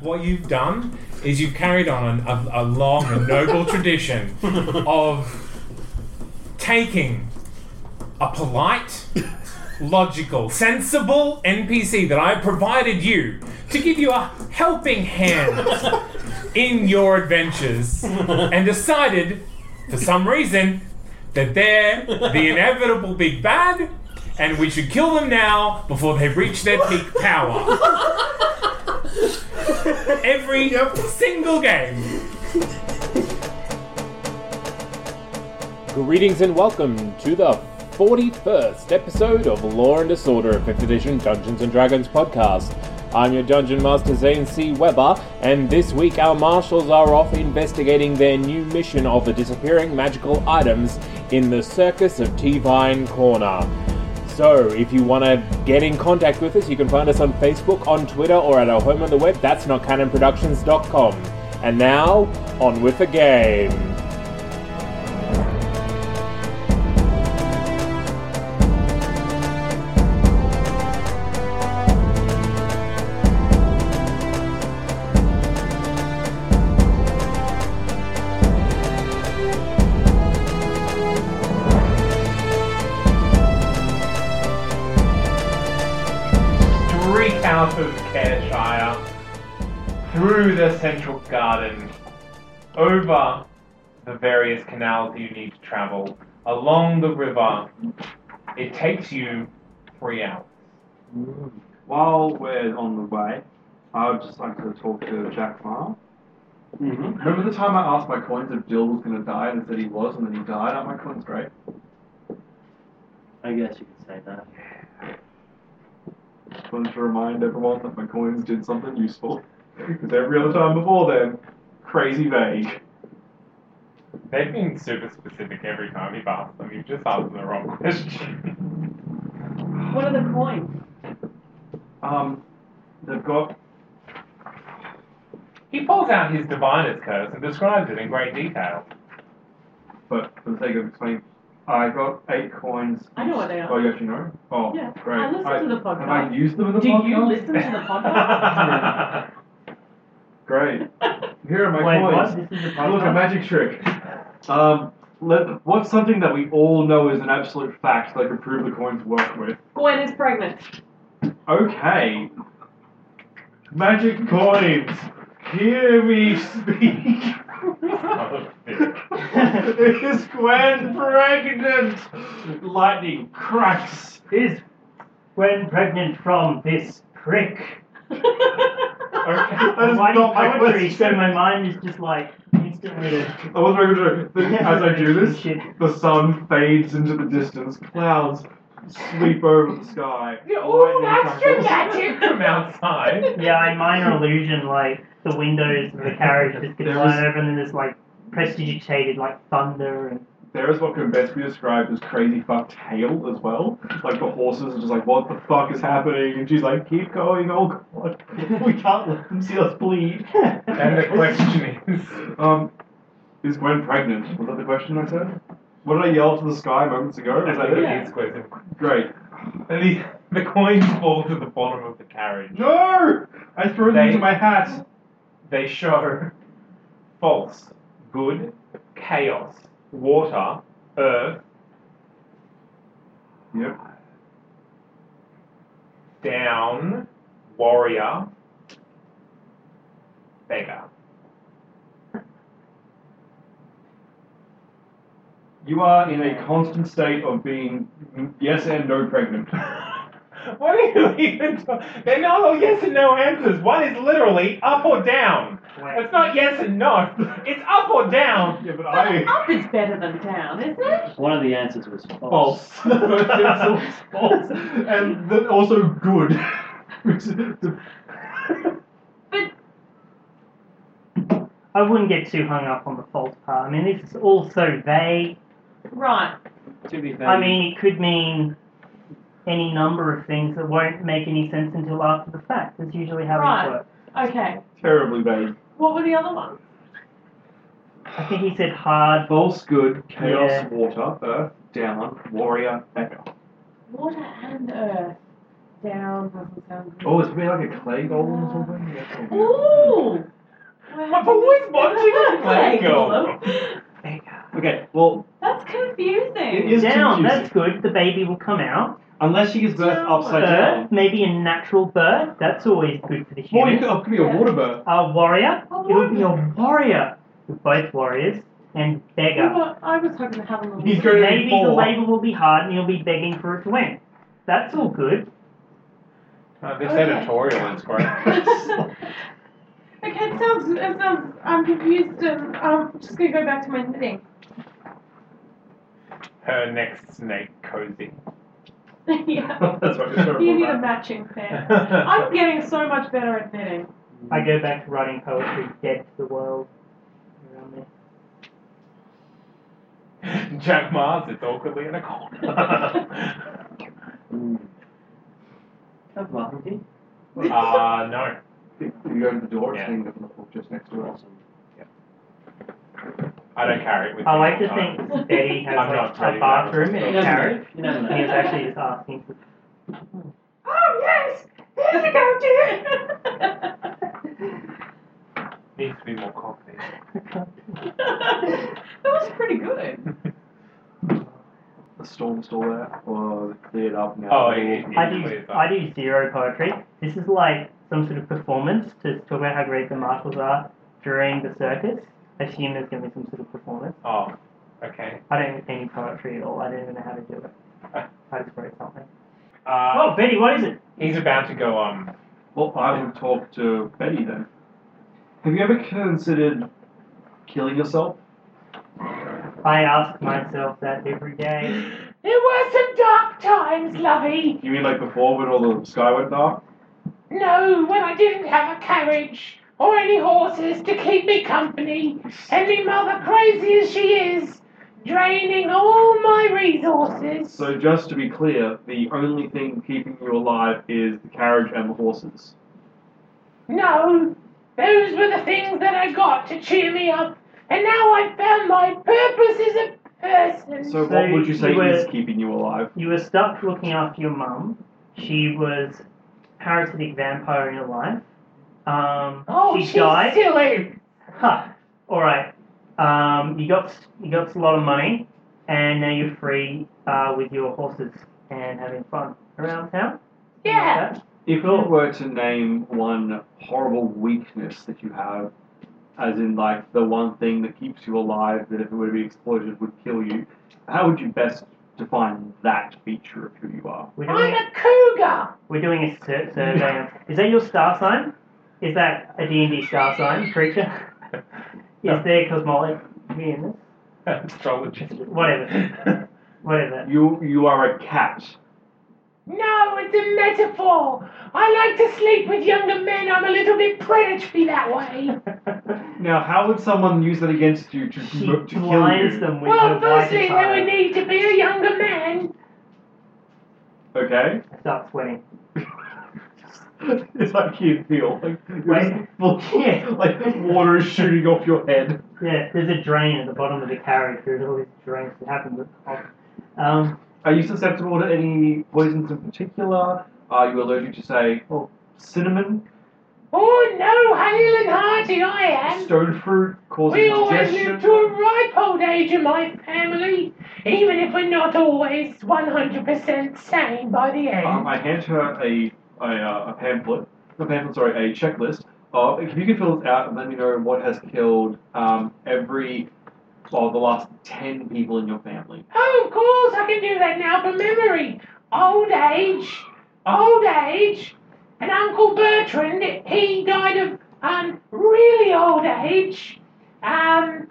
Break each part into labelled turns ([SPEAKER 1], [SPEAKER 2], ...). [SPEAKER 1] What you've done is you've carried on an- a, a long and noble tradition of taking a polite, logical, sensible NPC that I provided you to give you a helping hand in your adventures and decided, for some reason, that they're the inevitable big bad and we should kill them now before they reach their peak power every single game.
[SPEAKER 2] Greetings and welcome to the 41st episode of Law and Disorder, a 5th edition Dungeons and Dragons podcast. I'm your Dungeon Master Zane C. Weber, and this week our marshals are off investigating their new mission of the disappearing magical items in the Circus of T-Vine Corner. So, if you want to get in contact with us, you can find us on Facebook, on Twitter, or at our home on the web, that's notcanonproductions.com. And now, on with the game.
[SPEAKER 1] Three out of Careshire, through the central garden, over the various canals you need to travel, along the river. It takes you three hours.
[SPEAKER 3] While we're on the way, I would just like to talk to Jack Ma. Mm-hmm. Remember the time I asked my coins if Jill was going to die and it said he was and then he died? Aren't my coins great?
[SPEAKER 4] I guess you could say that.
[SPEAKER 3] Just wanted to remind everyone that my coins did something useful. Because every other time before then, crazy vague.
[SPEAKER 1] They've been super specific every time you've asked them. You've just asked the wrong question.
[SPEAKER 5] What are the coins?
[SPEAKER 3] Um, they've got.
[SPEAKER 1] he pulls out his diviner's curse and describes it in great detail.
[SPEAKER 3] But for the sake of explaining, I got eight coins.
[SPEAKER 5] I know what they are.
[SPEAKER 3] Oh, you actually know? Oh,
[SPEAKER 5] Yeah,
[SPEAKER 3] great.
[SPEAKER 5] I listen to the
[SPEAKER 3] Have I
[SPEAKER 5] podcast.
[SPEAKER 3] used them in the
[SPEAKER 5] Do
[SPEAKER 3] podcast?
[SPEAKER 5] you listen to the podcast?
[SPEAKER 3] Great. Here are my
[SPEAKER 4] Wait, what?
[SPEAKER 3] coins.
[SPEAKER 4] This is a
[SPEAKER 3] Oh, Look, a
[SPEAKER 4] podcast?
[SPEAKER 3] magic trick. Um, let, what's something that we all know is an absolute fact that I can prove the coins work with?
[SPEAKER 5] Gwen is pregnant.
[SPEAKER 3] Okay. Magic coins. Hear me speak. is Gwen pregnant? Lightning cracks.
[SPEAKER 4] Is Gwen pregnant from this prick?
[SPEAKER 3] Okay. That is
[SPEAKER 4] Why do
[SPEAKER 3] not my
[SPEAKER 4] poetry? So
[SPEAKER 3] question.
[SPEAKER 4] my mind is just like instantly.
[SPEAKER 3] That was very good. joke. As I do this,
[SPEAKER 4] Shit.
[SPEAKER 3] the sun fades into the distance. Clouds sweep over the sky.
[SPEAKER 1] Oh,
[SPEAKER 3] Lightning
[SPEAKER 1] that's your
[SPEAKER 3] crackles.
[SPEAKER 1] magic from outside.
[SPEAKER 4] Yeah, I minor illusion like the windows of the carriage just get
[SPEAKER 3] There
[SPEAKER 4] blown
[SPEAKER 3] was-
[SPEAKER 4] open and there's like prestigitated like thunder and
[SPEAKER 3] There is what can best be described as crazy fuck tail as well. Like the horses are just like, what the fuck is happening? And she's like, keep going, oh god, we can't let them see us bleed.
[SPEAKER 1] And the question is.
[SPEAKER 3] Um, is Gwen pregnant? Was that the question I said? What did I yell to the sky moments ago? Was that it?
[SPEAKER 1] It's quiz.
[SPEAKER 3] Great.
[SPEAKER 1] And the, the coins fall to the bottom of the carriage.
[SPEAKER 3] No! I threw them
[SPEAKER 1] They-
[SPEAKER 3] into my hat.
[SPEAKER 1] They show false, good, chaos, water, earth,
[SPEAKER 3] Yep.
[SPEAKER 1] down, warrior, beggar.
[SPEAKER 3] You are in a constant state of being yes and no pregnant.
[SPEAKER 1] What are you even talking? They're not all yes and no answers. One is literally up or down. It's not yes and no. It's up or down.
[SPEAKER 3] Yeah, but
[SPEAKER 5] But
[SPEAKER 3] I.
[SPEAKER 5] up is better than down, isn't it?
[SPEAKER 6] One of the answers was false.
[SPEAKER 3] False. It's always false. And then also good. Which is the-
[SPEAKER 5] But
[SPEAKER 4] I wouldn't get too hung up on the false part. I mean, it's all so vague.
[SPEAKER 5] right.
[SPEAKER 6] To be fair,
[SPEAKER 4] I mean, it could mean any number of things that won't make any sense until after the fact. That's usually how
[SPEAKER 5] Right.
[SPEAKER 4] it works.
[SPEAKER 5] Okay.
[SPEAKER 3] terribly vague.
[SPEAKER 5] What were the other ones?
[SPEAKER 4] I think he said hard.
[SPEAKER 3] False, good, chaos,
[SPEAKER 4] Yeah.
[SPEAKER 3] water, earth, down, warrior, echo.
[SPEAKER 5] Water and earth. Down doesn't sound good.
[SPEAKER 3] Oh, it's made like a clay golem or something? That's all good.
[SPEAKER 5] Ooh!
[SPEAKER 1] My boy's watching a play go.
[SPEAKER 7] Okay, well,
[SPEAKER 5] That's confusing.
[SPEAKER 7] It is
[SPEAKER 4] down,
[SPEAKER 7] confusing.
[SPEAKER 4] that's good. The baby will come out.
[SPEAKER 7] unless she gives birth
[SPEAKER 5] Down.
[SPEAKER 7] upside
[SPEAKER 4] Birth,
[SPEAKER 7] down.
[SPEAKER 4] maybe a natural birth. That's always good for the
[SPEAKER 3] Or you
[SPEAKER 4] human.
[SPEAKER 3] could, oh, it could be a water bird.
[SPEAKER 4] A warrior.
[SPEAKER 5] A
[SPEAKER 4] It'll be
[SPEAKER 5] warrior.
[SPEAKER 4] a warrior. We're both warriors. And
[SPEAKER 5] Yeah,
[SPEAKER 4] beggar.
[SPEAKER 5] but I was hoping to have a
[SPEAKER 3] He's
[SPEAKER 5] little.
[SPEAKER 3] going to be
[SPEAKER 4] Oh, Maybe the
[SPEAKER 3] four.
[SPEAKER 4] labour will be hard and you'll be begging for it to end. That's all good.
[SPEAKER 1] Uh, this
[SPEAKER 5] Okay.
[SPEAKER 1] editorial is great.
[SPEAKER 5] okay, it sounds, it sounds, I'm confused and um, I'm just going to go back to my knitting.
[SPEAKER 1] Her next snake cozy.
[SPEAKER 5] yeah.
[SPEAKER 3] That's what it's
[SPEAKER 5] You need a matching pair. I'm getting so much better at knitting.
[SPEAKER 4] I go back to writing poetry dead to the world. Around there.
[SPEAKER 1] Jack Mars is awkwardly in a corner.
[SPEAKER 6] Oh, Well,
[SPEAKER 1] Ah, no.
[SPEAKER 3] You go to the door, it's
[SPEAKER 1] Yeah.
[SPEAKER 3] hanging up on the hook just next to us.
[SPEAKER 1] I don't carry it with me.
[SPEAKER 4] I like to
[SPEAKER 1] No.
[SPEAKER 4] think Betty has
[SPEAKER 1] I'm
[SPEAKER 4] like,
[SPEAKER 1] not
[SPEAKER 4] a
[SPEAKER 1] really
[SPEAKER 4] bathroom
[SPEAKER 6] you
[SPEAKER 4] in a
[SPEAKER 6] never
[SPEAKER 4] carriage.
[SPEAKER 6] know. You never
[SPEAKER 4] And
[SPEAKER 6] know.
[SPEAKER 4] it's actually just asking for
[SPEAKER 5] Oh, yes! Here's a go, dear!
[SPEAKER 1] Needs to be more coffee.
[SPEAKER 5] that was pretty good.
[SPEAKER 3] The storm's still there, or is it cleared up now?
[SPEAKER 1] Oh, it- it-
[SPEAKER 4] I
[SPEAKER 1] Please,
[SPEAKER 4] do,
[SPEAKER 1] uh,
[SPEAKER 4] I do zero poetry. This is like some sort of performance to talk about how great the marshals are during the circus. Assume there's going to be some sort of performance.
[SPEAKER 1] Oh, okay.
[SPEAKER 4] I don't have any poetry at all. I don't even know how to do it. I just wrote something.
[SPEAKER 1] Uh,
[SPEAKER 4] Oh, Betty, what is it?
[SPEAKER 1] he's about to go, um,
[SPEAKER 3] Well, I would talk to Betty then. Have you ever considered killing yourself?
[SPEAKER 4] I ask myself that every day.
[SPEAKER 5] There were some dark times, lovey.
[SPEAKER 3] You mean like before when all the sky went dark?
[SPEAKER 5] No, when I didn't have a carriage or any horses to keep me company, and me mother, crazy as she is, draining all my resources.
[SPEAKER 3] So, just to be clear, the only thing keeping you alive is the carriage and the horses.
[SPEAKER 5] No, those were the things that I got to cheer me up, and now I've found my purpose as a person.
[SPEAKER 3] So,
[SPEAKER 4] So
[SPEAKER 3] what would you say
[SPEAKER 4] you were-
[SPEAKER 3] is keeping you alive?
[SPEAKER 4] You were stuck looking after your mum. She was parasitic vampire in your life. Um,
[SPEAKER 5] oh,
[SPEAKER 4] she
[SPEAKER 5] she's
[SPEAKER 4] died.
[SPEAKER 5] silly.
[SPEAKER 4] Huh. All right. Um, you got you got a lot of money, and now you're free uh, with your horses and having fun around town.
[SPEAKER 5] Yeah.
[SPEAKER 4] Like that.
[SPEAKER 3] If you were to name one horrible weakness that you have, as in like the one thing that keeps you alive, that if it were to be exploited would kill you, how would you best define that feature of who you are?
[SPEAKER 4] We're
[SPEAKER 5] I'm
[SPEAKER 4] doing
[SPEAKER 5] a cougar.
[SPEAKER 4] we're doing a sur- survey. of- Is that your star sign? Is that a D and D star sign creature? Is there cosmology in this?
[SPEAKER 1] astrologist.
[SPEAKER 4] Whatever. Whatever.
[SPEAKER 3] You you are a cat.
[SPEAKER 5] No, it's a metaphor. I like to sleep with younger men. I'm a little bit predatory that way.
[SPEAKER 3] Now, how would someone use that against you to,
[SPEAKER 4] She
[SPEAKER 3] to kill
[SPEAKER 4] blinds
[SPEAKER 3] you?
[SPEAKER 4] them with
[SPEAKER 5] well,
[SPEAKER 4] her white
[SPEAKER 5] firstly, there would
[SPEAKER 4] attire.
[SPEAKER 5] need to be a younger man.
[SPEAKER 3] Okay.
[SPEAKER 4] I start sweating.
[SPEAKER 3] it's like you feel like you're just
[SPEAKER 4] Right.
[SPEAKER 3] full-
[SPEAKER 4] Yeah.
[SPEAKER 3] like water is shooting off your head.
[SPEAKER 4] Yeah, there's a drain at the bottom of the carriage. There's all these drains that happen. at the top. Um,
[SPEAKER 3] Are you susceptible to any poisons in particular? Are you allergic to say, oh, cinnamon?
[SPEAKER 5] Oh no, hale and hearty I am.
[SPEAKER 3] Stone fruit causes
[SPEAKER 5] We always live to
[SPEAKER 3] indigestion.
[SPEAKER 5] a ripe old age in my family, even if we're not always 100% sane by the end.
[SPEAKER 3] Um, I hand her a a, uh, a pamphlet, not pamphlet, sorry, a checklist. Of, if you can fill this out and let me know what has killed um, every, well, the last ten people in your family.
[SPEAKER 5] Oh, of course, I can do that now from memory. Old age, old age, and Uncle Bertrand, he died of um, really old age. Um,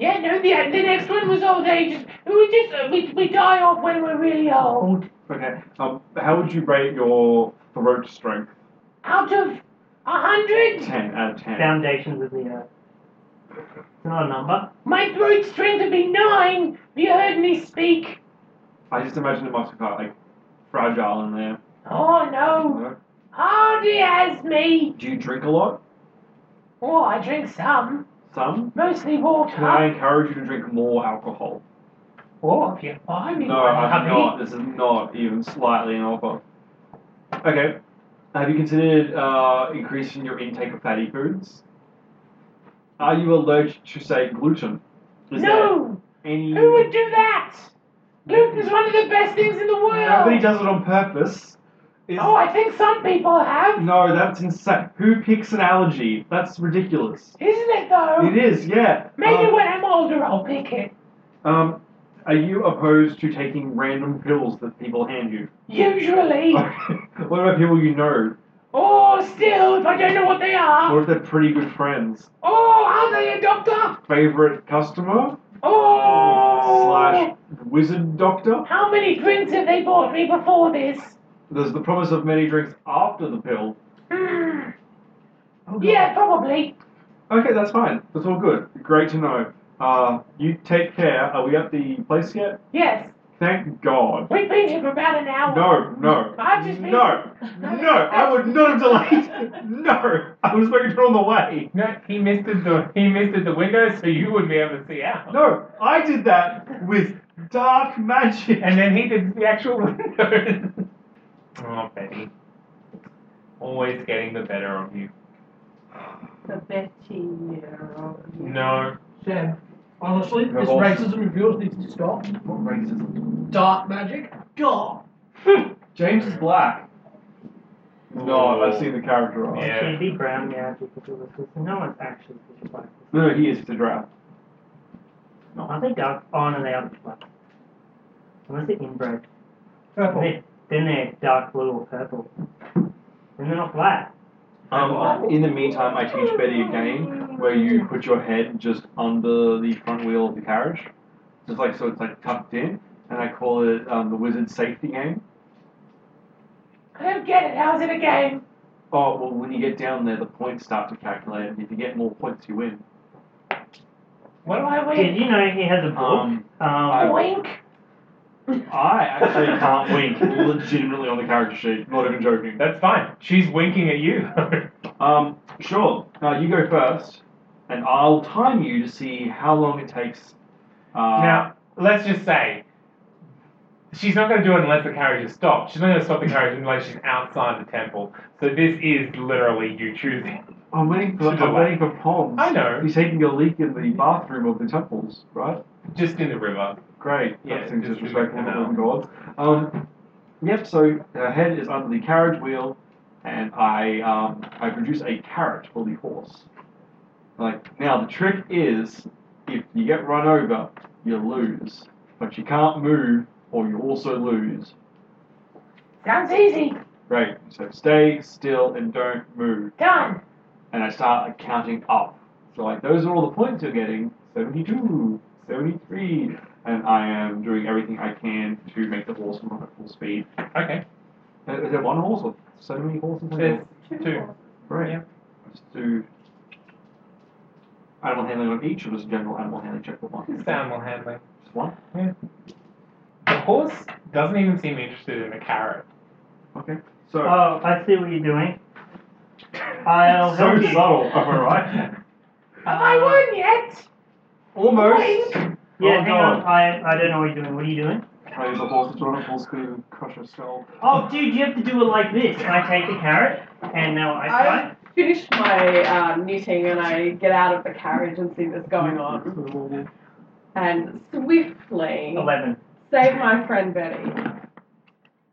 [SPEAKER 5] yeah, no, the, the next one was old age. We just uh, we, we die off when we're really old.
[SPEAKER 3] Okay. Um, how would you rate your throat strength?
[SPEAKER 5] Out of a hundred,
[SPEAKER 3] Ten out of ten.
[SPEAKER 4] Foundations of the earth. It's not a number.
[SPEAKER 5] my throat strength would be nine. If you heard me speak.
[SPEAKER 3] I just imagine it must be quite like fragile in there.
[SPEAKER 5] Oh no,
[SPEAKER 3] No?
[SPEAKER 5] hardy as me.
[SPEAKER 3] Do you drink a lot?
[SPEAKER 5] Oh, I drink some,
[SPEAKER 3] Some.
[SPEAKER 5] mostly water.
[SPEAKER 3] Can I encourage you to drink more alcohol?
[SPEAKER 5] Oh, if you buy me
[SPEAKER 3] No,
[SPEAKER 5] one,
[SPEAKER 3] I'm
[SPEAKER 5] hubby.
[SPEAKER 3] not. This is not even slightly an offer. Okay. Have you considered uh, increasing your intake of fatty foods? Are you allergic to, say, gluten? Is
[SPEAKER 5] No,
[SPEAKER 3] there any...
[SPEAKER 5] who would do that? Gluten's one of the best things in the world.
[SPEAKER 3] Nobody does it on purpose. Is-
[SPEAKER 5] Oh, I think some people have.
[SPEAKER 3] No, that's insane. Who picks an allergy? That's ridiculous.
[SPEAKER 5] Isn't it though?
[SPEAKER 3] It is, yeah.
[SPEAKER 5] Oh. Maybe
[SPEAKER 3] um,
[SPEAKER 5] when I'm older I'll pick it.
[SPEAKER 3] um, are you opposed to taking random pills that people hand you?
[SPEAKER 5] Usually.
[SPEAKER 3] what about people you know?
[SPEAKER 5] or still, if I don't know what they are.
[SPEAKER 3] What if they're pretty good friends?
[SPEAKER 5] Oh, are they a doctor?
[SPEAKER 3] Favorite customer
[SPEAKER 5] Oh.
[SPEAKER 3] slash wizard doctor?
[SPEAKER 5] How many drinks have they bought me before this?
[SPEAKER 3] There's the promise of many drinks after the pill.
[SPEAKER 5] Hmm.
[SPEAKER 1] Oh,
[SPEAKER 5] Yeah, probably.
[SPEAKER 3] Okay, that's fine. That's all good. Great to know. Uh, you take care. Are we at the place yet?
[SPEAKER 5] Yes.
[SPEAKER 3] Thank God.
[SPEAKER 5] We've been here for about an hour.
[SPEAKER 3] No, no.
[SPEAKER 5] I've just been-
[SPEAKER 3] No, no, I would not have delayed. No, I was making it on the way.
[SPEAKER 1] No, he missed it the he missed it the window, so you wouldn't be able to see out.
[SPEAKER 3] No, I did that with dark magic.
[SPEAKER 1] And then he did the actual window. oh, Betty, always getting the better of you.
[SPEAKER 8] The Betty. uh,
[SPEAKER 1] No,
[SPEAKER 8] Sam, honestly, this
[SPEAKER 3] Awesome.
[SPEAKER 8] racism of yours needs to stop.
[SPEAKER 3] What racism?
[SPEAKER 8] Dark magic. God.
[SPEAKER 3] James is black. Hmm. No, I've
[SPEAKER 1] Oh.
[SPEAKER 3] seen the character art.
[SPEAKER 1] Yeah.
[SPEAKER 4] Can be brown magic if it was this. No one's actually pitch black.
[SPEAKER 3] No, he is the draft.
[SPEAKER 4] Are they dark? Oh, no, they are pitch black. Unless they're inbred.
[SPEAKER 3] Oh.
[SPEAKER 8] Purple.
[SPEAKER 4] Then they- then they're dark blue or purple. Then they're not black.
[SPEAKER 3] Um, in the meantime, I teach Betty a game where you put your head just under the front wheel of the carriage, just like so it's like tucked in, and I call it um, the wizard safety game.
[SPEAKER 5] I don't get it. How's it a game?
[SPEAKER 3] Oh, well, when you get down there, the points start to calculate, and if you get more points, you win.
[SPEAKER 5] What do I win?
[SPEAKER 4] Did you know he has a book?
[SPEAKER 3] Um,
[SPEAKER 4] Um,
[SPEAKER 5] Wink.
[SPEAKER 3] I actually can't wink legitimately on the character sheet. Not even joking.
[SPEAKER 1] that's fine. She's winking at you.
[SPEAKER 3] Um, sure. Now you go first, and I'll time you to see how long it takes. Uh,
[SPEAKER 1] now, let's just say she's not going to do it unless the carriage is stopped. She's not going to stop the carriage unless she's outside the temple. So this is literally you choosing.
[SPEAKER 3] I'm waiting for
[SPEAKER 1] Should I
[SPEAKER 3] I'm
[SPEAKER 1] wait?
[SPEAKER 3] waiting for Poms.
[SPEAKER 1] I know.
[SPEAKER 3] He's taking a leak in the bathroom of the temples, right?
[SPEAKER 1] Just in the river.
[SPEAKER 3] Great.
[SPEAKER 1] Yeah,
[SPEAKER 3] that seems
[SPEAKER 1] just do the
[SPEAKER 3] disrespectful to
[SPEAKER 1] canal.
[SPEAKER 3] the gods. Um, yep. So her head is under the carriage wheel, and I um, I produce a carrot for the horse. Like now, the trick is if you get run over, you lose, but you can't move, or you also lose.
[SPEAKER 5] Sounds easy.
[SPEAKER 3] Great. So stay still and don't move.
[SPEAKER 5] Done.
[SPEAKER 3] and I start like, counting up. So like those are all the points you're getting. 72, 73, and I am doing everything I can to make the horse run at full speed.
[SPEAKER 1] Okay.
[SPEAKER 3] Uh, Is there one horse or so many horses? in
[SPEAKER 1] There's
[SPEAKER 3] there?
[SPEAKER 1] two.
[SPEAKER 3] Right.
[SPEAKER 1] yeah.
[SPEAKER 3] Let's do animal handling on each, or just general animal handling check for one.
[SPEAKER 1] Just animal handling.
[SPEAKER 3] Just one.
[SPEAKER 1] The horse doesn't even seem interested in the carrot.
[SPEAKER 3] Okay. So
[SPEAKER 1] Uh,
[SPEAKER 4] oh, I see what you're doing. I'll
[SPEAKER 3] so
[SPEAKER 4] help you. Uh,
[SPEAKER 3] subtle. All right.
[SPEAKER 5] Have I won yet?
[SPEAKER 3] Almost.
[SPEAKER 5] Wink.
[SPEAKER 4] Yeah,
[SPEAKER 3] oh,
[SPEAKER 4] hang
[SPEAKER 3] God.
[SPEAKER 4] on. I, I don't know what you're doing. What are you doing?
[SPEAKER 3] I use a horse to run at full speed and crush a skull.
[SPEAKER 4] Oh, dude, you have to do it like this. I take the carrot, and now I try.
[SPEAKER 8] I finish my um, knitting and I get out of the carriage and see what's going on. And swiftly
[SPEAKER 4] 11.
[SPEAKER 8] save my friend Betty.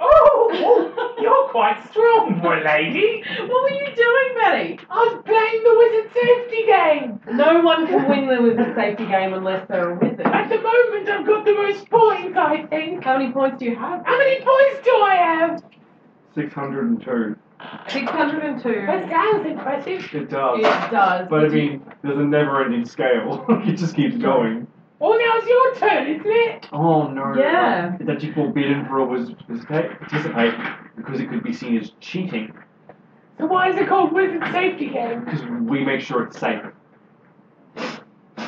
[SPEAKER 1] Oh, you're quite strong, my lady.
[SPEAKER 8] What were you doing, Betty?
[SPEAKER 5] I was playing the wizard safety game.
[SPEAKER 8] No one can win the wizard safety game unless they're a
[SPEAKER 5] At
[SPEAKER 8] wizard.
[SPEAKER 5] the moment, I've got the most points, I think.
[SPEAKER 8] How many points do you have?
[SPEAKER 5] How many points do I have?
[SPEAKER 9] 602.
[SPEAKER 5] 602.
[SPEAKER 10] That sounds impressive.
[SPEAKER 9] It does.
[SPEAKER 5] It does.
[SPEAKER 9] But I
[SPEAKER 5] Did you-
[SPEAKER 9] mean, there's a never ending scale. it just keeps going.
[SPEAKER 10] Well, now it's your turn, isn't it?
[SPEAKER 9] Oh no.
[SPEAKER 5] Yeah.
[SPEAKER 9] That you forbidden for always participate, participate because it could be seen as cheating
[SPEAKER 10] So why is it called Wizard Safety Game?
[SPEAKER 9] because we make sure it's safe.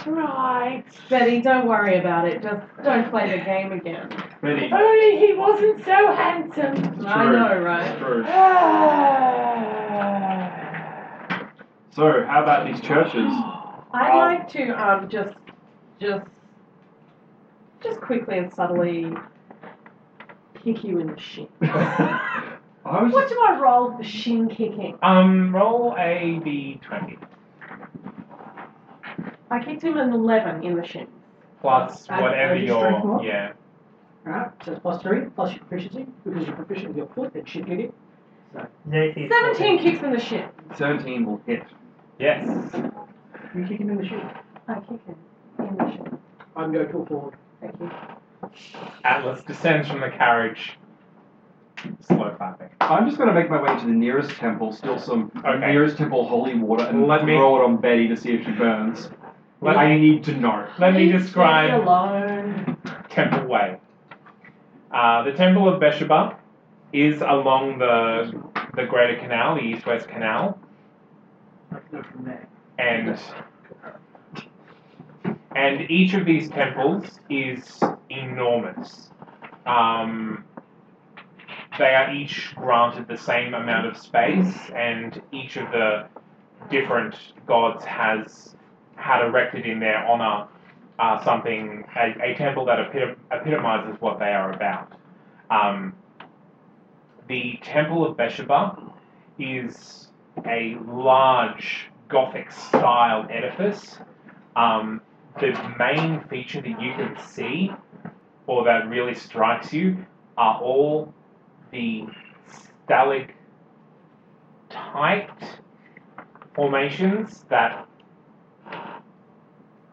[SPEAKER 10] Right.
[SPEAKER 5] Betty, don't worry about it. Just don't play the game again.
[SPEAKER 9] Betty.
[SPEAKER 10] If only he wasn't so handsome.
[SPEAKER 5] I
[SPEAKER 9] True.
[SPEAKER 5] know, right?
[SPEAKER 9] True.
[SPEAKER 10] Ah.
[SPEAKER 9] So, how about these churches?
[SPEAKER 5] I'd
[SPEAKER 9] Um,
[SPEAKER 5] like to um just just just quickly and subtly kick you in the shin.
[SPEAKER 9] I was
[SPEAKER 5] What do I roll for shin kicking?
[SPEAKER 3] Um, roll a d20.
[SPEAKER 5] I kicked him an eleven in the shin.
[SPEAKER 3] Plus
[SPEAKER 1] Add-
[SPEAKER 3] whatever
[SPEAKER 1] add your strength
[SPEAKER 3] your.
[SPEAKER 1] mod?
[SPEAKER 3] Yeah.
[SPEAKER 1] Alright, so it's plus three, plus your proficiency, because you're proficient with your foot and shit kicking.
[SPEAKER 4] Xerxes.
[SPEAKER 5] Seventeen kicks in the shin.
[SPEAKER 9] 17 will hit.
[SPEAKER 3] Yes.
[SPEAKER 1] You kick him in the shit.
[SPEAKER 5] I kick him in the shin.
[SPEAKER 1] I'm going to pull forward.
[SPEAKER 5] Thank you.
[SPEAKER 3] Atlas descends from the carriage. Slow clapping.
[SPEAKER 9] I'm just going to make my way to the nearest temple, steal some
[SPEAKER 3] Okay.
[SPEAKER 9] nearest temple holy water, and
[SPEAKER 3] Let me-
[SPEAKER 9] throw it on Betty to see if she burns.
[SPEAKER 3] Let
[SPEAKER 9] I
[SPEAKER 3] me,
[SPEAKER 9] need to know.
[SPEAKER 3] let me
[SPEAKER 5] Leave Betty
[SPEAKER 3] describe
[SPEAKER 5] alone.
[SPEAKER 3] Temple Way. Uh, the Temple of Besheba is along the the Greater Canal, the East West Canal,
[SPEAKER 1] I can go from there.
[SPEAKER 3] and and each of these temples is enormous. Um, they are each granted the same amount of space, and each of the different gods has had erected in their honor uh, something, a, a temple that epi- epitomizes what they are about. Um, the Temple of Besheba is a large Gothic style edifice. Um, the main feature that you can see, or that really strikes you, are all the stalactite formations that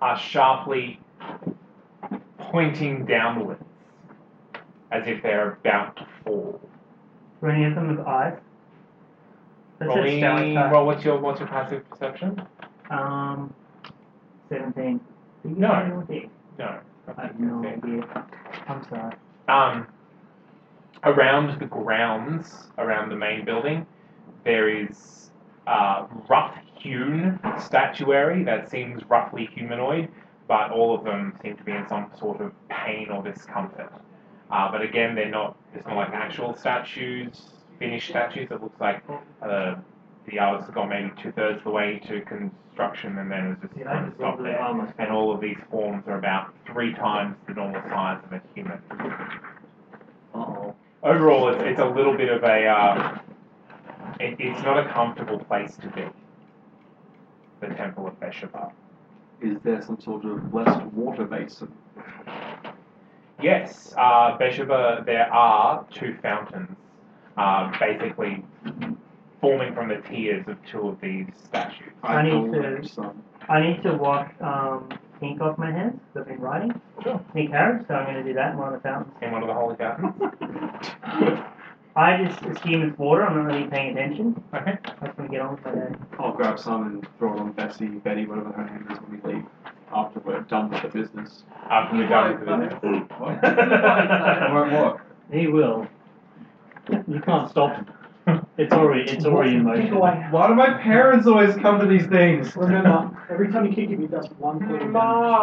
[SPEAKER 3] are sharply pointing downwards, as if they're about to fall.
[SPEAKER 4] Were any of them with eyes? That's
[SPEAKER 3] Roll
[SPEAKER 4] a
[SPEAKER 3] me-
[SPEAKER 4] stalactite.
[SPEAKER 3] roll what's your what's your passive perception?
[SPEAKER 4] Um, 17. Do you
[SPEAKER 3] No.
[SPEAKER 4] have any idea?
[SPEAKER 3] No.
[SPEAKER 4] I have no idea. I'm sorry.
[SPEAKER 3] Um, around the grounds, around the main building, there is uh, rough-hewn statuary that seems roughly humanoid, but all of them seem to be in some sort of pain or discomfort. Uh, but again, they're not. It's not like actual statues, finished statues. It looks like uh, the artist has gone maybe two-thirds of the way to construction, and then it's just
[SPEAKER 1] Yeah, I
[SPEAKER 3] kind of
[SPEAKER 1] just love
[SPEAKER 3] stopped
[SPEAKER 1] the
[SPEAKER 3] there
[SPEAKER 1] armor.
[SPEAKER 3] and all of these forms are about three times the normal size of a human.
[SPEAKER 1] Uh-oh.
[SPEAKER 3] Overall, it's, it's a little bit of a. Uh, it, it's not a comfortable place to be. The Temple of Besheba.
[SPEAKER 9] Is there some sort of blessed water basin?
[SPEAKER 3] Yes, uh, Besheba, there are two fountains, uh, basically forming from the tears of two of these statues.
[SPEAKER 4] I need
[SPEAKER 9] don't
[SPEAKER 4] to-
[SPEAKER 9] know some.
[SPEAKER 4] I need to wash um, ink off my hands. 'cause I've been writing.
[SPEAKER 3] Sure.
[SPEAKER 4] Ink Arab, so I'm going to do that in one of the fountains.
[SPEAKER 3] In one of the holy fountains.
[SPEAKER 4] I just assume it's water. I'm not really paying attention.
[SPEAKER 3] Okay.
[SPEAKER 4] I'm just going to get on with my day.
[SPEAKER 9] I'll grab some and throw it on Bessie, Betty, whatever her name is when we leave after we're done with the business.
[SPEAKER 3] After we're done with the visit.
[SPEAKER 9] What?
[SPEAKER 3] It
[SPEAKER 9] won't work.
[SPEAKER 11] He will. You can't stop him. It's already it's already in
[SPEAKER 1] Kick
[SPEAKER 11] motion.
[SPEAKER 1] away.
[SPEAKER 9] Why do my parents always come to these things?
[SPEAKER 1] Remember, every time you kick him, he does one point of damage.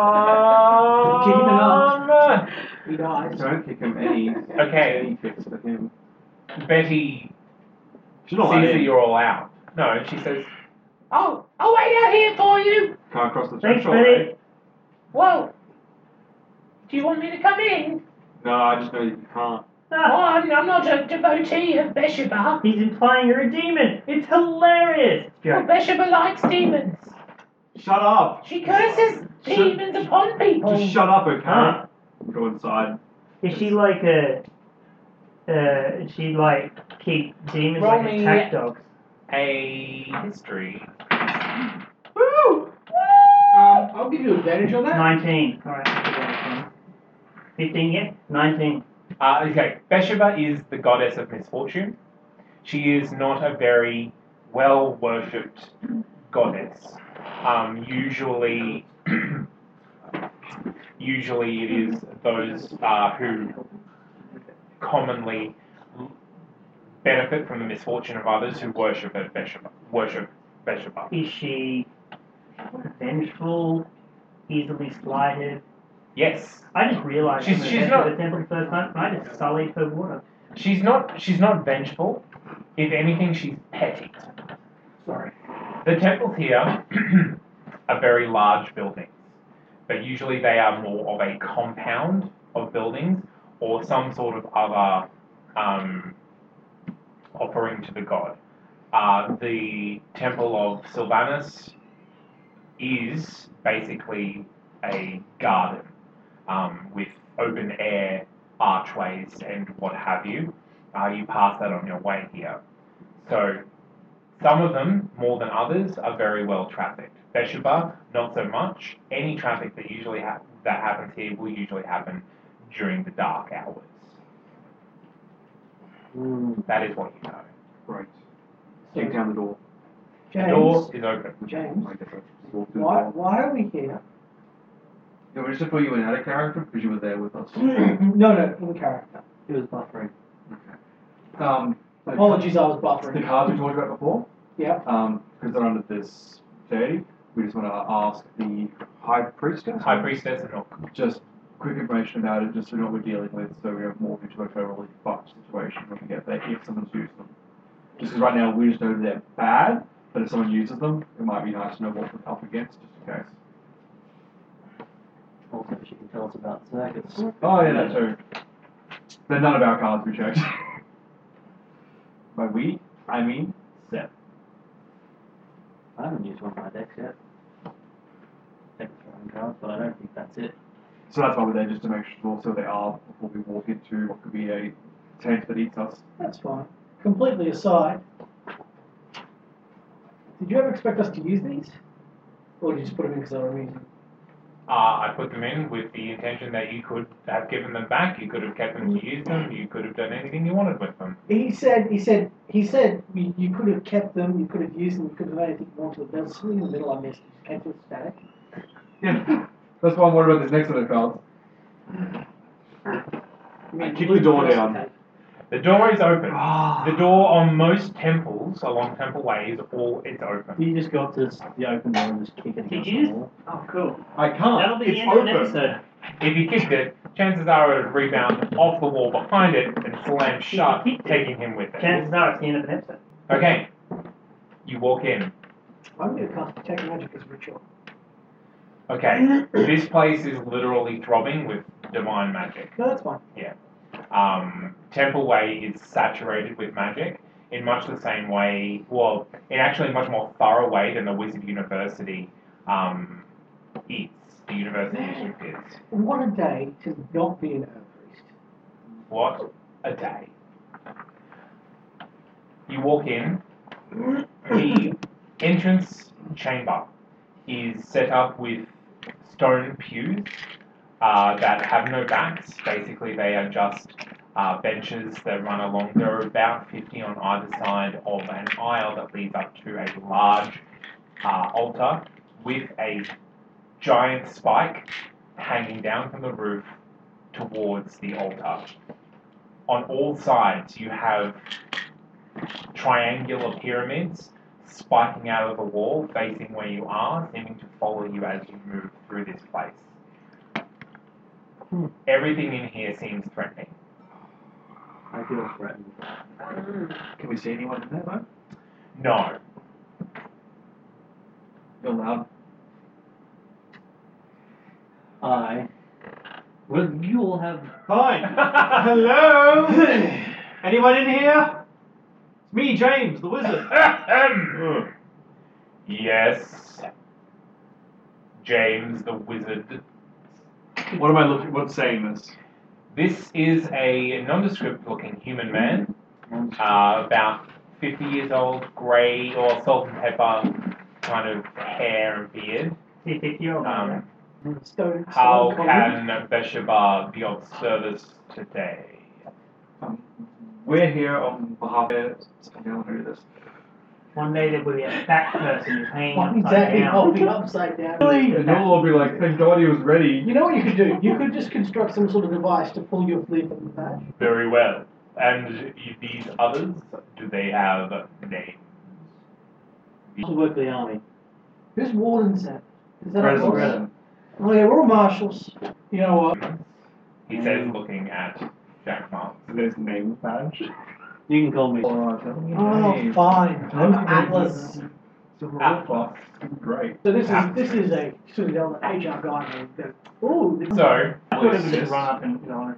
[SPEAKER 3] Keeping
[SPEAKER 1] it up. He dies.
[SPEAKER 9] Don't kick him any.
[SPEAKER 3] Okay.
[SPEAKER 9] Any kicks for him.
[SPEAKER 3] Betty
[SPEAKER 9] She's
[SPEAKER 3] sees
[SPEAKER 9] not like
[SPEAKER 3] that
[SPEAKER 9] it.
[SPEAKER 3] you're all out. No, she says,
[SPEAKER 10] I'll, Oh, I'll wait out here for you.
[SPEAKER 9] Can't cross the
[SPEAKER 4] Thanks,
[SPEAKER 9] threshold. eh?
[SPEAKER 4] Betty.
[SPEAKER 9] right?
[SPEAKER 10] Whoa. Do you want me to come in?
[SPEAKER 9] No, I just know you can't.
[SPEAKER 10] Oh, I'm, I'm not a devotee of Besheba.
[SPEAKER 4] He's implying you're a demon. It's hilarious.
[SPEAKER 10] Well,
[SPEAKER 4] Joke.
[SPEAKER 10] Besheba likes demons.
[SPEAKER 9] Shut up!
[SPEAKER 10] She curses demons upon people.
[SPEAKER 3] Oh.
[SPEAKER 9] Just shut up, okay?
[SPEAKER 4] Huh.
[SPEAKER 9] Go inside.
[SPEAKER 4] Is she like a? Uh, is she like keep demons
[SPEAKER 3] Roll
[SPEAKER 4] like
[SPEAKER 3] me-
[SPEAKER 4] attack dogs?
[SPEAKER 3] a history.
[SPEAKER 1] Woo! Um, I'll give you advantage on that.
[SPEAKER 4] Nineteen. All right. Fifteen. Yeah. Nineteen.
[SPEAKER 3] Uh, okay, Bathsheba is the goddess of misfortune. she is not a very well worshipped goddess. Um, usually, usually it is those uh, who commonly benefit from the misfortune of others who worship at Besheba. Worship Besheba.
[SPEAKER 12] Is she vengeful, easily slighted?
[SPEAKER 3] Yes,
[SPEAKER 12] I just realised
[SPEAKER 3] She's-
[SPEAKER 12] when I
[SPEAKER 3] she's
[SPEAKER 12] went to
[SPEAKER 3] not-
[SPEAKER 12] the temple the first time, I just sullied her water.
[SPEAKER 3] she's not. She's not vengeful. If anything, she's petty.
[SPEAKER 12] Sorry.
[SPEAKER 3] The temples here are very large buildings, but usually they are more of a compound of buildings or some sort of other um, offering to the god. Uh, the temple of Sylvanus is basically a garden um, with open air archways and what have you. Uh, you pass that on your way here. So some of them, more than others, are very well trafficked. Besheba, not so much. Any traffic that usually ha- that happens here will usually happen during the dark hours. That is what you know.
[SPEAKER 1] Right. Kick Hmm. down the door.
[SPEAKER 3] The door
[SPEAKER 4] James,
[SPEAKER 3] is open.
[SPEAKER 4] James,
[SPEAKER 1] Like, just walk through the
[SPEAKER 4] why,
[SPEAKER 1] door.
[SPEAKER 4] why are we here?
[SPEAKER 1] Yeah, we just put you in out of character because you were there with us.
[SPEAKER 4] no, no, in character. It was buffering.
[SPEAKER 1] Um,
[SPEAKER 4] Apologies, I was
[SPEAKER 1] The
[SPEAKER 4] buffering.
[SPEAKER 1] cards we talked about before,
[SPEAKER 4] Yeah.
[SPEAKER 1] um, because they're under this thirty. We just want to ask the high priestess
[SPEAKER 3] High priestess and Orc.
[SPEAKER 1] just quick information about it, just so we know what we're dealing with, so we have more into a totally fucked situation when we get there if someone's used them. Just because right now we just know they're bad, but if someone uses them, it might be nice to know what we're up against, just in case.
[SPEAKER 6] Also, she can tell us about circuits.
[SPEAKER 1] Oh yeah, that too. They're none of our cards we checked. By we, I mean Seth.
[SPEAKER 6] I haven't used one of my decks yet. Deck of drawing cards, but I don't think that's it.
[SPEAKER 1] So that's why we're there, just to make sure so they are before we walk into what could be a tent that eats us.
[SPEAKER 4] That's fine. Completely aside, did you ever expect us to use these? Or did you just put them in because they were amusing?
[SPEAKER 3] Uh, I put them in with the intention that you could have given them back, you could have kept them to use them, you could have done anything you wanted with them.
[SPEAKER 4] He said, he said, he said, you, you could have kept them, you could have used them, you could have done anything you wanted. There was something in the middle I missed. It came to a static.
[SPEAKER 1] Yeah. That's why I'm worried about this next set of cards.
[SPEAKER 4] I mean,
[SPEAKER 1] kick the door down.
[SPEAKER 3] The door is open.
[SPEAKER 1] Ah.
[SPEAKER 3] The door on most temples along temple ways, all it's open.
[SPEAKER 6] You just go up to the open door and just kick it
[SPEAKER 12] Did
[SPEAKER 6] against
[SPEAKER 12] you?
[SPEAKER 6] the wall.
[SPEAKER 12] Oh, cool.
[SPEAKER 1] I can't.
[SPEAKER 12] That'll be
[SPEAKER 1] it's
[SPEAKER 12] the end of
[SPEAKER 1] open.
[SPEAKER 12] the episode.
[SPEAKER 3] If you kicked it, chances are it would rebound off the wall behind it and slam shut, taking him with it.
[SPEAKER 12] Chances are it's the end of an episode.
[SPEAKER 3] Okay. You walk in.
[SPEAKER 4] I'm going to cast Protect Magic as a ritual.
[SPEAKER 3] Okay. This place is literally throbbing with divine magic.
[SPEAKER 4] No, that's fine.
[SPEAKER 3] Um, Temple Way is saturated with magic in much the same way, well, in actually a much more thorough way than the Wizard University um, is. The university district is.
[SPEAKER 4] What a day to not be an Earth Priest.
[SPEAKER 3] What a day. You walk in, the entrance chamber is set up with stone pews uh, that have no backs. Basically, they are just uh, benches that run along. There are about 50 on either side of an aisle that leads up to a large uh, altar with a giant spike hanging down from the roof towards the altar. On all sides, you have triangular pyramids spiking out of the wall, facing where you are, seeming to follow you as you move through this place. Everything in here seems threatening.
[SPEAKER 6] I feel threatened.
[SPEAKER 1] Can we see anyone in there though?
[SPEAKER 3] No.
[SPEAKER 1] You're allowed.
[SPEAKER 6] I. Well, you all have.
[SPEAKER 13] Fine. Hello. Anyone in here? It's me, James, the wizard.
[SPEAKER 3] Ahem. yes. James the Wizard.
[SPEAKER 1] What am I looking? What's saying this?
[SPEAKER 3] This is a nondescript looking human man. uh, about 50 years old, grey or salt and pepper kind of hair and beard.
[SPEAKER 12] See, if you're
[SPEAKER 3] Um,
[SPEAKER 4] Stone, stone
[SPEAKER 3] how
[SPEAKER 4] cold.
[SPEAKER 3] can Besheba be of service today?
[SPEAKER 1] Um, We're here on behalf of. I don't know who this.
[SPEAKER 4] One day there will be a fat person hanging
[SPEAKER 6] Why
[SPEAKER 4] upside
[SPEAKER 6] exactly
[SPEAKER 4] down.
[SPEAKER 6] holding upside down?
[SPEAKER 1] And they'll all be like, thank God he was ready.
[SPEAKER 6] You know what you could do? You could just construct some sort of device to pull your fleet from the patch.
[SPEAKER 3] Very well. And these others, do they have names?
[SPEAKER 14] To work the army.
[SPEAKER 6] Who's Warden Sam? Is that
[SPEAKER 14] President.
[SPEAKER 6] a boss? Oh yeah, we're all marshals. You know what?
[SPEAKER 3] He says, looking at Jack Marks.
[SPEAKER 1] There's name badge.
[SPEAKER 14] You can call me.
[SPEAKER 6] Oh, fine. I'm Atlas.
[SPEAKER 1] So we're all fucked. Great.
[SPEAKER 6] So this is this is a sort of HR guy. who goes, Ooh, this
[SPEAKER 3] So,
[SPEAKER 4] I thought it would just run up and you know,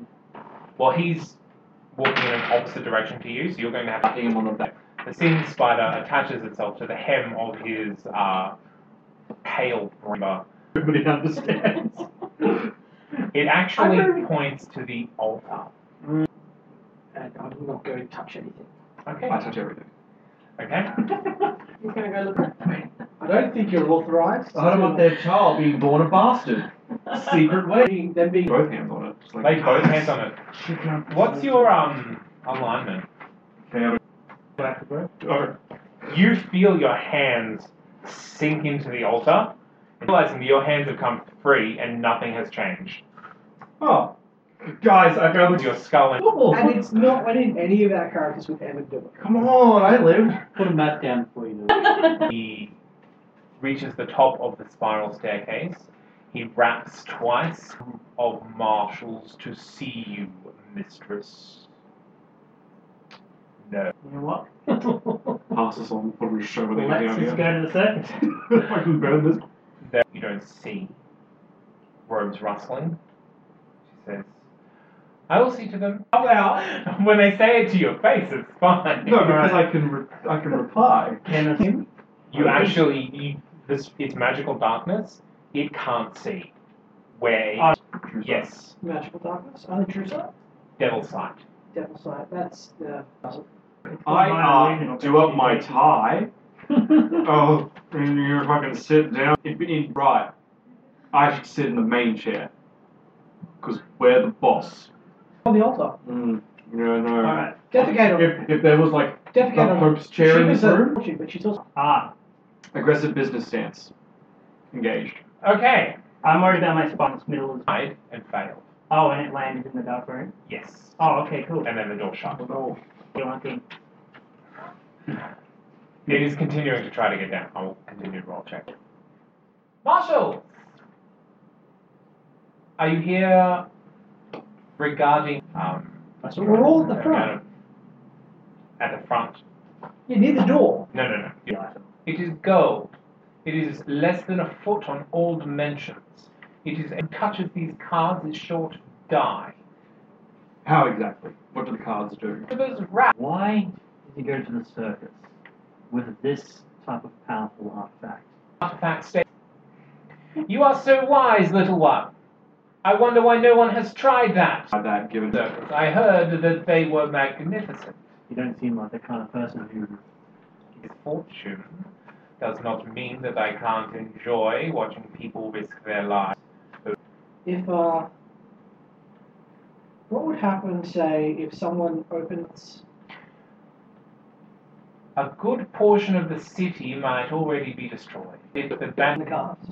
[SPEAKER 3] well, he's walking in an opposite direction to you, so you're going to have to aim on the back. The singed spider attaches itself to the hem of his uh, pale brimmer.
[SPEAKER 14] Everybody
[SPEAKER 1] uh,
[SPEAKER 14] understands.
[SPEAKER 3] It actually points to the altar.
[SPEAKER 6] And I'm not going to touch anything.
[SPEAKER 3] Okay.
[SPEAKER 1] I touch everything.
[SPEAKER 3] Okay.
[SPEAKER 5] He's gonna go look at that.
[SPEAKER 6] I don't think you're authorized.
[SPEAKER 1] I don't want
[SPEAKER 6] to-
[SPEAKER 1] their child being born a bastard. Secret way.
[SPEAKER 6] Them being
[SPEAKER 1] Both hands on it. Just like,
[SPEAKER 3] Lay both hands on it. What's your um alignment?
[SPEAKER 1] Chaotic.
[SPEAKER 3] Or you feel your hands sink into the altar, realizing that your hands have come free and nothing has changed.
[SPEAKER 1] Oh. Guys, I found
[SPEAKER 3] With
[SPEAKER 1] the
[SPEAKER 3] your skull and
[SPEAKER 1] football.
[SPEAKER 6] And it's not when any of our characters would ever do it.
[SPEAKER 1] Come on, I lived.
[SPEAKER 14] Put a mat down for you.
[SPEAKER 3] he reaches the top of the spiral staircase. He raps twice of marshals to see you, mistress. No.
[SPEAKER 4] you know what?
[SPEAKER 1] Pass us on, probably show where they
[SPEAKER 4] Let's just go to the circus.
[SPEAKER 1] Fucking burn this.
[SPEAKER 3] that you don't see. Robes rustling. She says, I will see to them. Oh, well, when they say it to your face, it's fine.
[SPEAKER 1] No, because I can re- I can reply.
[SPEAKER 4] Kenneth,
[SPEAKER 3] You actually, you, this it's magical darkness. It can't see. Where,
[SPEAKER 4] Oh.
[SPEAKER 3] yes,
[SPEAKER 6] Magical darkness. Only true sight.
[SPEAKER 3] devil sight.
[SPEAKER 6] Devil sight. That's the.
[SPEAKER 1] I uh, do up my tie. oh, and you're fucking sit down. It, it, right. I should sit in the main chair. Because we're the boss.
[SPEAKER 6] On the altar.
[SPEAKER 1] Mm. Yeah, no.
[SPEAKER 4] Alright.
[SPEAKER 6] Defecate
[SPEAKER 1] If, if there was like
[SPEAKER 6] on. Defecate
[SPEAKER 1] the
[SPEAKER 6] on.
[SPEAKER 1] Pope's chair
[SPEAKER 6] she
[SPEAKER 1] in this
[SPEAKER 6] was a-
[SPEAKER 1] room,
[SPEAKER 6] But she's also.
[SPEAKER 4] Ah,
[SPEAKER 1] aggressive business stance. Engaged.
[SPEAKER 3] Okay.
[SPEAKER 4] I'm worried about my spine. It's middle. of-
[SPEAKER 3] Tried and failed.
[SPEAKER 4] Oh, and it landed in the dark room.
[SPEAKER 3] Yes.
[SPEAKER 4] Oh, okay, cool.
[SPEAKER 3] And then the door shut.
[SPEAKER 1] Oh.
[SPEAKER 4] You want to-
[SPEAKER 3] It is continuing to try to get down. I will continue to roll check. Marshall! Are you here regarding. Um,
[SPEAKER 6] So we're all at the
[SPEAKER 3] uh,
[SPEAKER 6] front.
[SPEAKER 3] At the front.
[SPEAKER 6] Yeah, near the door.
[SPEAKER 3] No, no, no. It is gold. It is less than a foot on all dimensions. It is. It touches these cards, it's sure to die.
[SPEAKER 1] How exactly? What do the cards do?
[SPEAKER 3] For those rats.
[SPEAKER 14] Why did you go to the circus with this type of powerful artifact?
[SPEAKER 3] artifact state. You are so wise, little one. I wonder why no one has tried that.
[SPEAKER 1] By that given
[SPEAKER 3] Observers, I heard that they were magnificent.
[SPEAKER 14] You don't seem like the kind of person who.
[SPEAKER 3] His fortune does not mean that I can't enjoy watching people risk their lives.
[SPEAKER 6] If uh. What would happen, say, if someone opens?
[SPEAKER 3] A good portion of the city might already be destroyed. If the
[SPEAKER 6] the
[SPEAKER 3] ban-
[SPEAKER 6] cards.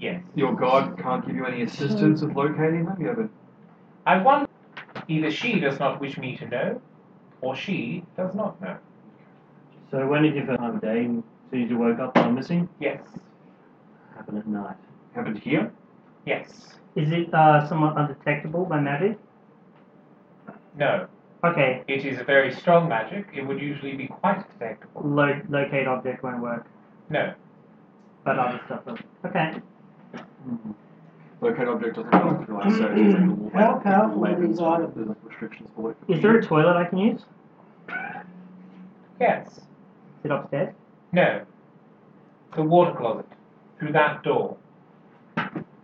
[SPEAKER 3] yes.
[SPEAKER 1] Your god can't give you any assistance with locating them? You haven't.
[SPEAKER 3] I wonder either she does not wish me to know, or she does not know.
[SPEAKER 14] So when did you first time of day? As soon as you woke up, I'm missing.
[SPEAKER 3] Yes.
[SPEAKER 14] Happened at night.
[SPEAKER 1] Happened here?
[SPEAKER 3] Yes.
[SPEAKER 4] Is it uh, somewhat undetectable by magic?
[SPEAKER 3] No.
[SPEAKER 4] Okay,
[SPEAKER 3] It is a very strong magic. It would usually be quite detectable.
[SPEAKER 4] lo- locate object won't work,
[SPEAKER 3] No.
[SPEAKER 4] but other stuff will. Okay.
[SPEAKER 1] Locate object doesn't work if you like search. it's like a little
[SPEAKER 6] Mm-hmm. How
[SPEAKER 1] label-
[SPEAKER 6] powerful
[SPEAKER 1] label
[SPEAKER 6] are these
[SPEAKER 1] stuff.
[SPEAKER 6] items?
[SPEAKER 1] There's like restrictions for it.
[SPEAKER 4] Is there a toilet I can use? Is
[SPEAKER 3] Yes.
[SPEAKER 4] it upstairs?
[SPEAKER 3] No. The water closet. Through that door.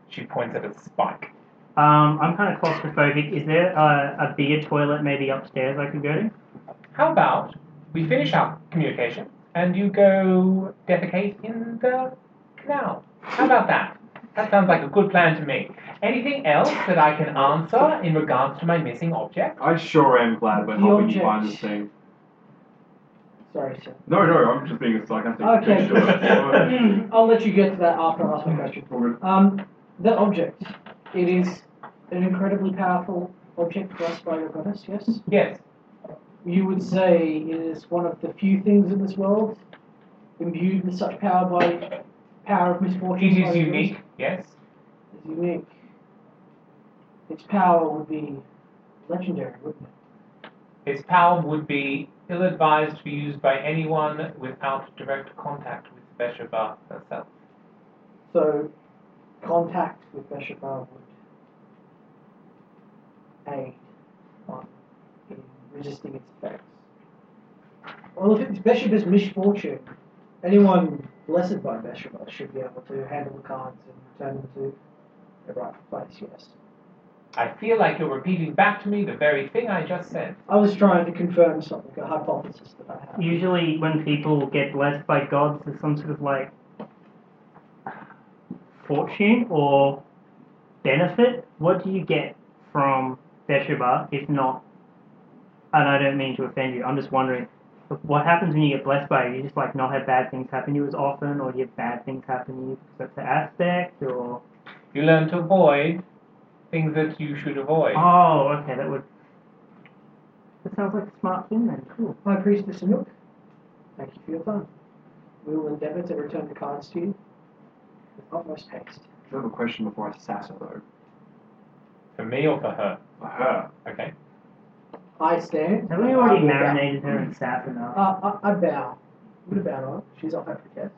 [SPEAKER 3] She points at a spike.
[SPEAKER 4] Um, I'm kind of claustrophobic. Is there uh, a, a bigger toilet maybe upstairs I could go to?
[SPEAKER 3] How about we finish our communication and you go defecate in the canal? How about that? That sounds like a good plan to me. Anything else that I can answer in regards to my missing object?
[SPEAKER 1] I sure am glad we're
[SPEAKER 3] The
[SPEAKER 1] helping you
[SPEAKER 3] object.
[SPEAKER 1] find this thing.
[SPEAKER 6] Sorry, sir.
[SPEAKER 1] No, no, I'm just being a sarcastic.
[SPEAKER 6] Okay.
[SPEAKER 1] picture.
[SPEAKER 6] Mm, I'll let you get to that after I ask my question. Um, that object, it is an incredibly powerful object blessed by your goddess, yes?
[SPEAKER 3] Yes.
[SPEAKER 6] You would say it is one of the few things in this world imbued with such power by power of
[SPEAKER 3] It
[SPEAKER 6] misfortune. by
[SPEAKER 3] is
[SPEAKER 6] the goddess.
[SPEAKER 3] unique, yes.
[SPEAKER 6] It's unique. Its power would be legendary, wouldn't it?
[SPEAKER 3] Its power would be ill advised to be used by anyone without direct contact with Besheba herself.
[SPEAKER 6] So, contact with Beshebah would aid on in resisting its effects. Well, if it's Beshebah's misfortune, anyone blessed by Beshebah should be able to handle the cards and turn them to the right place, yes.
[SPEAKER 3] I feel like you're repeating back to me the very thing I just said.
[SPEAKER 6] I was trying to confirm something, a hypothesis that I had.
[SPEAKER 4] Usually, when people get blessed by gods, there's some sort of like fortune or benefit. What do you get from Besheba if not? And I don't mean to offend you. I'm just wondering, what happens when you get blessed by it? You just like not have bad things happen to you as often, or do you have bad things happen to you because of the aspect, or
[SPEAKER 3] You learn to avoid things that you should avoid.
[SPEAKER 4] oh, okay, that would that sounds like a smart thing then. Cool.
[SPEAKER 6] High Priestess Anouk, thank you for your time. We will endeavour to return the cards to you with utmost haste.
[SPEAKER 1] I have a question before I sass her though.
[SPEAKER 3] For me or for her?
[SPEAKER 1] For her.
[SPEAKER 3] Okay.
[SPEAKER 6] I stand.
[SPEAKER 4] Haven't we already
[SPEAKER 6] I will
[SPEAKER 4] marinated her in saffron?
[SPEAKER 6] bow. Uh, I, I bow. I'm going to bow to her. She's off after guest.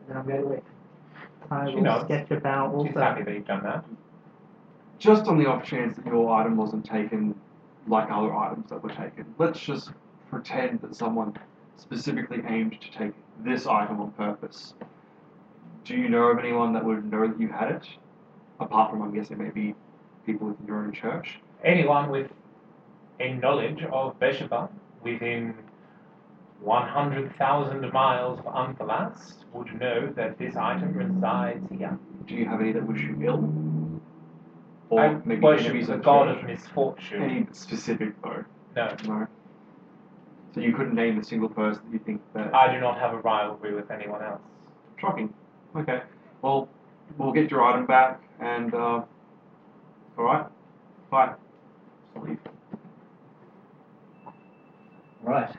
[SPEAKER 6] And then I'm going to leave.
[SPEAKER 4] I
[SPEAKER 3] She
[SPEAKER 4] will
[SPEAKER 3] knows.
[SPEAKER 4] sketch a bow also.
[SPEAKER 3] She's happy that you've done that.
[SPEAKER 1] Just on the off chance that your item wasn't taken like other items that were taken, let's just pretend that someone specifically aimed to take this item on purpose. Do you know of anyone that would know that you had it? Apart from, I'm guessing, maybe people within your own church?
[SPEAKER 3] Anyone with a knowledge of Besheba within 100,000 miles of Amphalas would know that this item resides here.
[SPEAKER 1] Do you have any that wish you ill? Or
[SPEAKER 3] I
[SPEAKER 1] maybe
[SPEAKER 3] worship
[SPEAKER 1] enemies Mm.
[SPEAKER 3] the
[SPEAKER 1] of
[SPEAKER 3] god
[SPEAKER 1] church?
[SPEAKER 3] of misfortune.
[SPEAKER 1] Any specific, though?
[SPEAKER 3] No,
[SPEAKER 1] No. So you couldn't name a single person that you think that.
[SPEAKER 3] I do not have a rivalry with anyone else.
[SPEAKER 1] Shocking. Okay. Well, we'll get your item back, and uh, all right. Bye. Leave.
[SPEAKER 15] Right.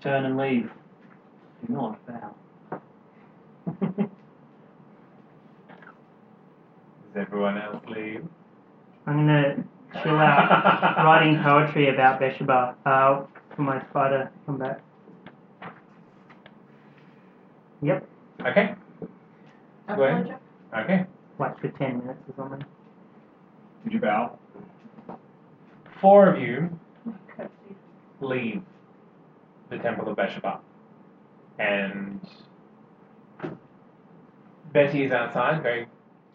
[SPEAKER 15] Turn and leave. Do not bow.
[SPEAKER 3] Does everyone else leave?
[SPEAKER 4] I'm gonna chill out writing poetry about Besheba uh, for my spider comeback. Yep,
[SPEAKER 3] Okay. Go ahead. Okay.
[SPEAKER 4] like for 10 minutes or something.
[SPEAKER 1] Did you bow?
[SPEAKER 3] Four of you leave the Temple of Besheba. And Betty is outside going,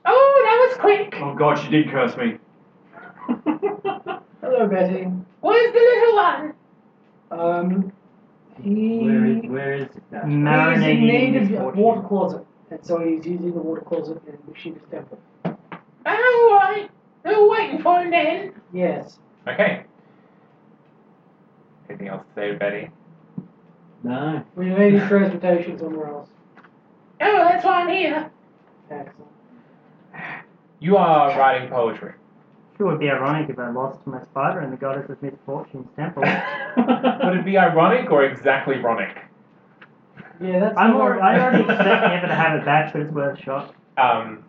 [SPEAKER 5] Oh, that was quick.
[SPEAKER 1] Oh God, she did curse me.
[SPEAKER 6] Hello, Betty.
[SPEAKER 5] Where's the little one?
[SPEAKER 6] Um, he
[SPEAKER 15] Where is, where is it now?
[SPEAKER 6] he's in need
[SPEAKER 4] Marinating
[SPEAKER 6] of
[SPEAKER 4] in
[SPEAKER 6] a
[SPEAKER 4] misfortune.
[SPEAKER 6] water closet. And so he's using the water closet in Bushida's temple.
[SPEAKER 5] Oh, all right. They were waiting for him then.
[SPEAKER 6] Yes.
[SPEAKER 3] okay. Anything else to say, Betty?
[SPEAKER 15] No.
[SPEAKER 6] We need his transportation somewhere else.
[SPEAKER 5] Oh, that's why I'm here.
[SPEAKER 6] Excellent.
[SPEAKER 3] You are writing poetry.
[SPEAKER 4] It would be ironic if I lost my spider in the goddess of misfortune's temple.
[SPEAKER 3] Would it be ironic or exactly ironic?
[SPEAKER 6] Yeah, that's
[SPEAKER 4] I'm
[SPEAKER 6] not-
[SPEAKER 4] already, I already expect never to have it back, but it's worth a shot.
[SPEAKER 3] Um,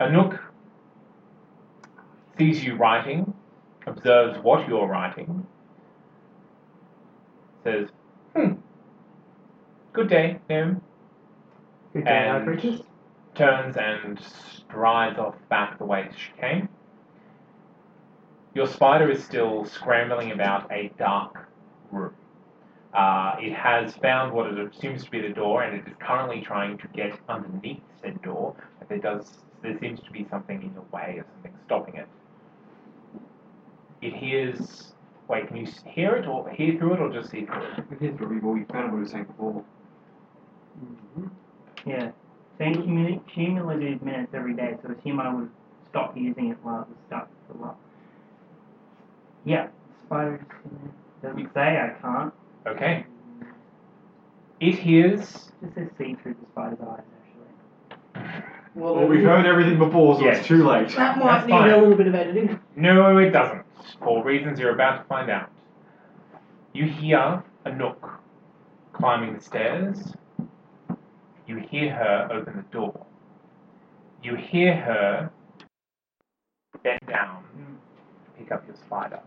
[SPEAKER 3] Anouk sees you writing, observes what you're writing, says, hmm, good day, Nim,
[SPEAKER 4] Good day, high
[SPEAKER 3] And-
[SPEAKER 4] creatures.
[SPEAKER 3] turns and strides off back the way she came. Your spider is still scrambling about a dark room. Uh, it has found what it assumes to be the door, and it is currently trying to get underneath said door. But there does there seems to be something in the way of something stopping it. It hears
[SPEAKER 16] Wait, can you s- hear it or hear through it or just see through it?
[SPEAKER 1] We can throw what we found what we were saying before.
[SPEAKER 17] Yeah. Saying cumul- cumulative minutes every day, so assume I would stop using it while it was stuck for a while. Yeah, spider doesn't say I can't.
[SPEAKER 16] Okay. It hears.
[SPEAKER 17] Just says see through the spider's eyes, actually.
[SPEAKER 1] Well, we heard everything before, so
[SPEAKER 16] Yes.
[SPEAKER 1] it's too late.
[SPEAKER 5] That
[SPEAKER 16] That's
[SPEAKER 5] might
[SPEAKER 16] fine.
[SPEAKER 5] need a little bit of editing.
[SPEAKER 16] No, it doesn't. For reasons you're about to find out. You hear a nook climbing the stairs. You hear her open the door. You hear her bend down, pick up your spider.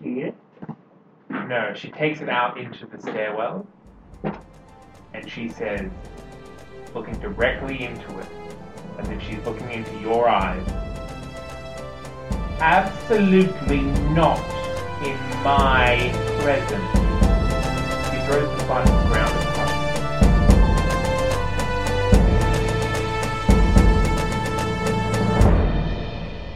[SPEAKER 17] Yeah.
[SPEAKER 16] No, she takes it out into the stairwell and she says, looking directly into it, as if she's looking into your eyes, absolutely not in my presence. She throws the spider to the ground and punches.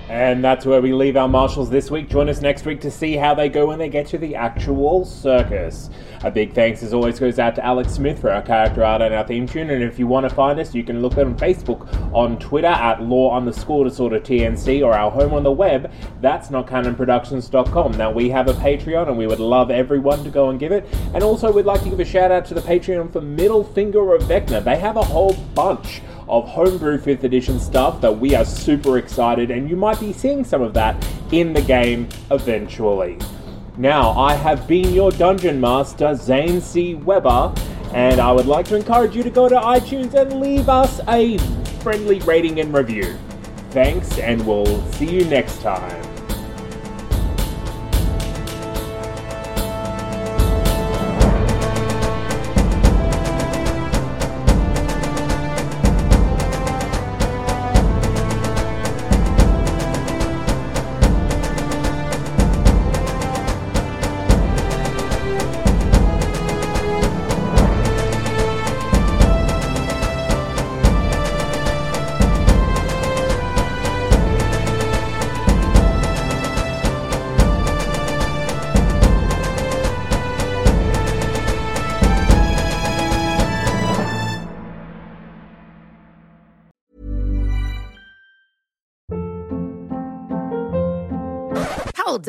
[SPEAKER 3] And that's where we leave our marshals this week. Join us next week to see how they go when they get to the actual circus. A big thanks, as always, goes out to Alex Smith for our character art and our theme tune. And if you want to find us, you can look on Facebook, on Twitter at law underscore disorder TNC, or our home on the web, that's notcanonproductions.com. Now, we have a Patreon, and we would love everyone to go and give it. And also, we'd like to give a shout out to the Patreon for Middle Finger of Vecna. They have a whole bunch of homebrew 5th edition stuff that we are super excited and you might be seeing some of that in the game eventually. Now, I have been your dungeon master, Zane C. Weber, and I would like to encourage you to go to iTunes and leave us a friendly rating and review. Thanks, and we'll see you next time.
[SPEAKER 4] Hold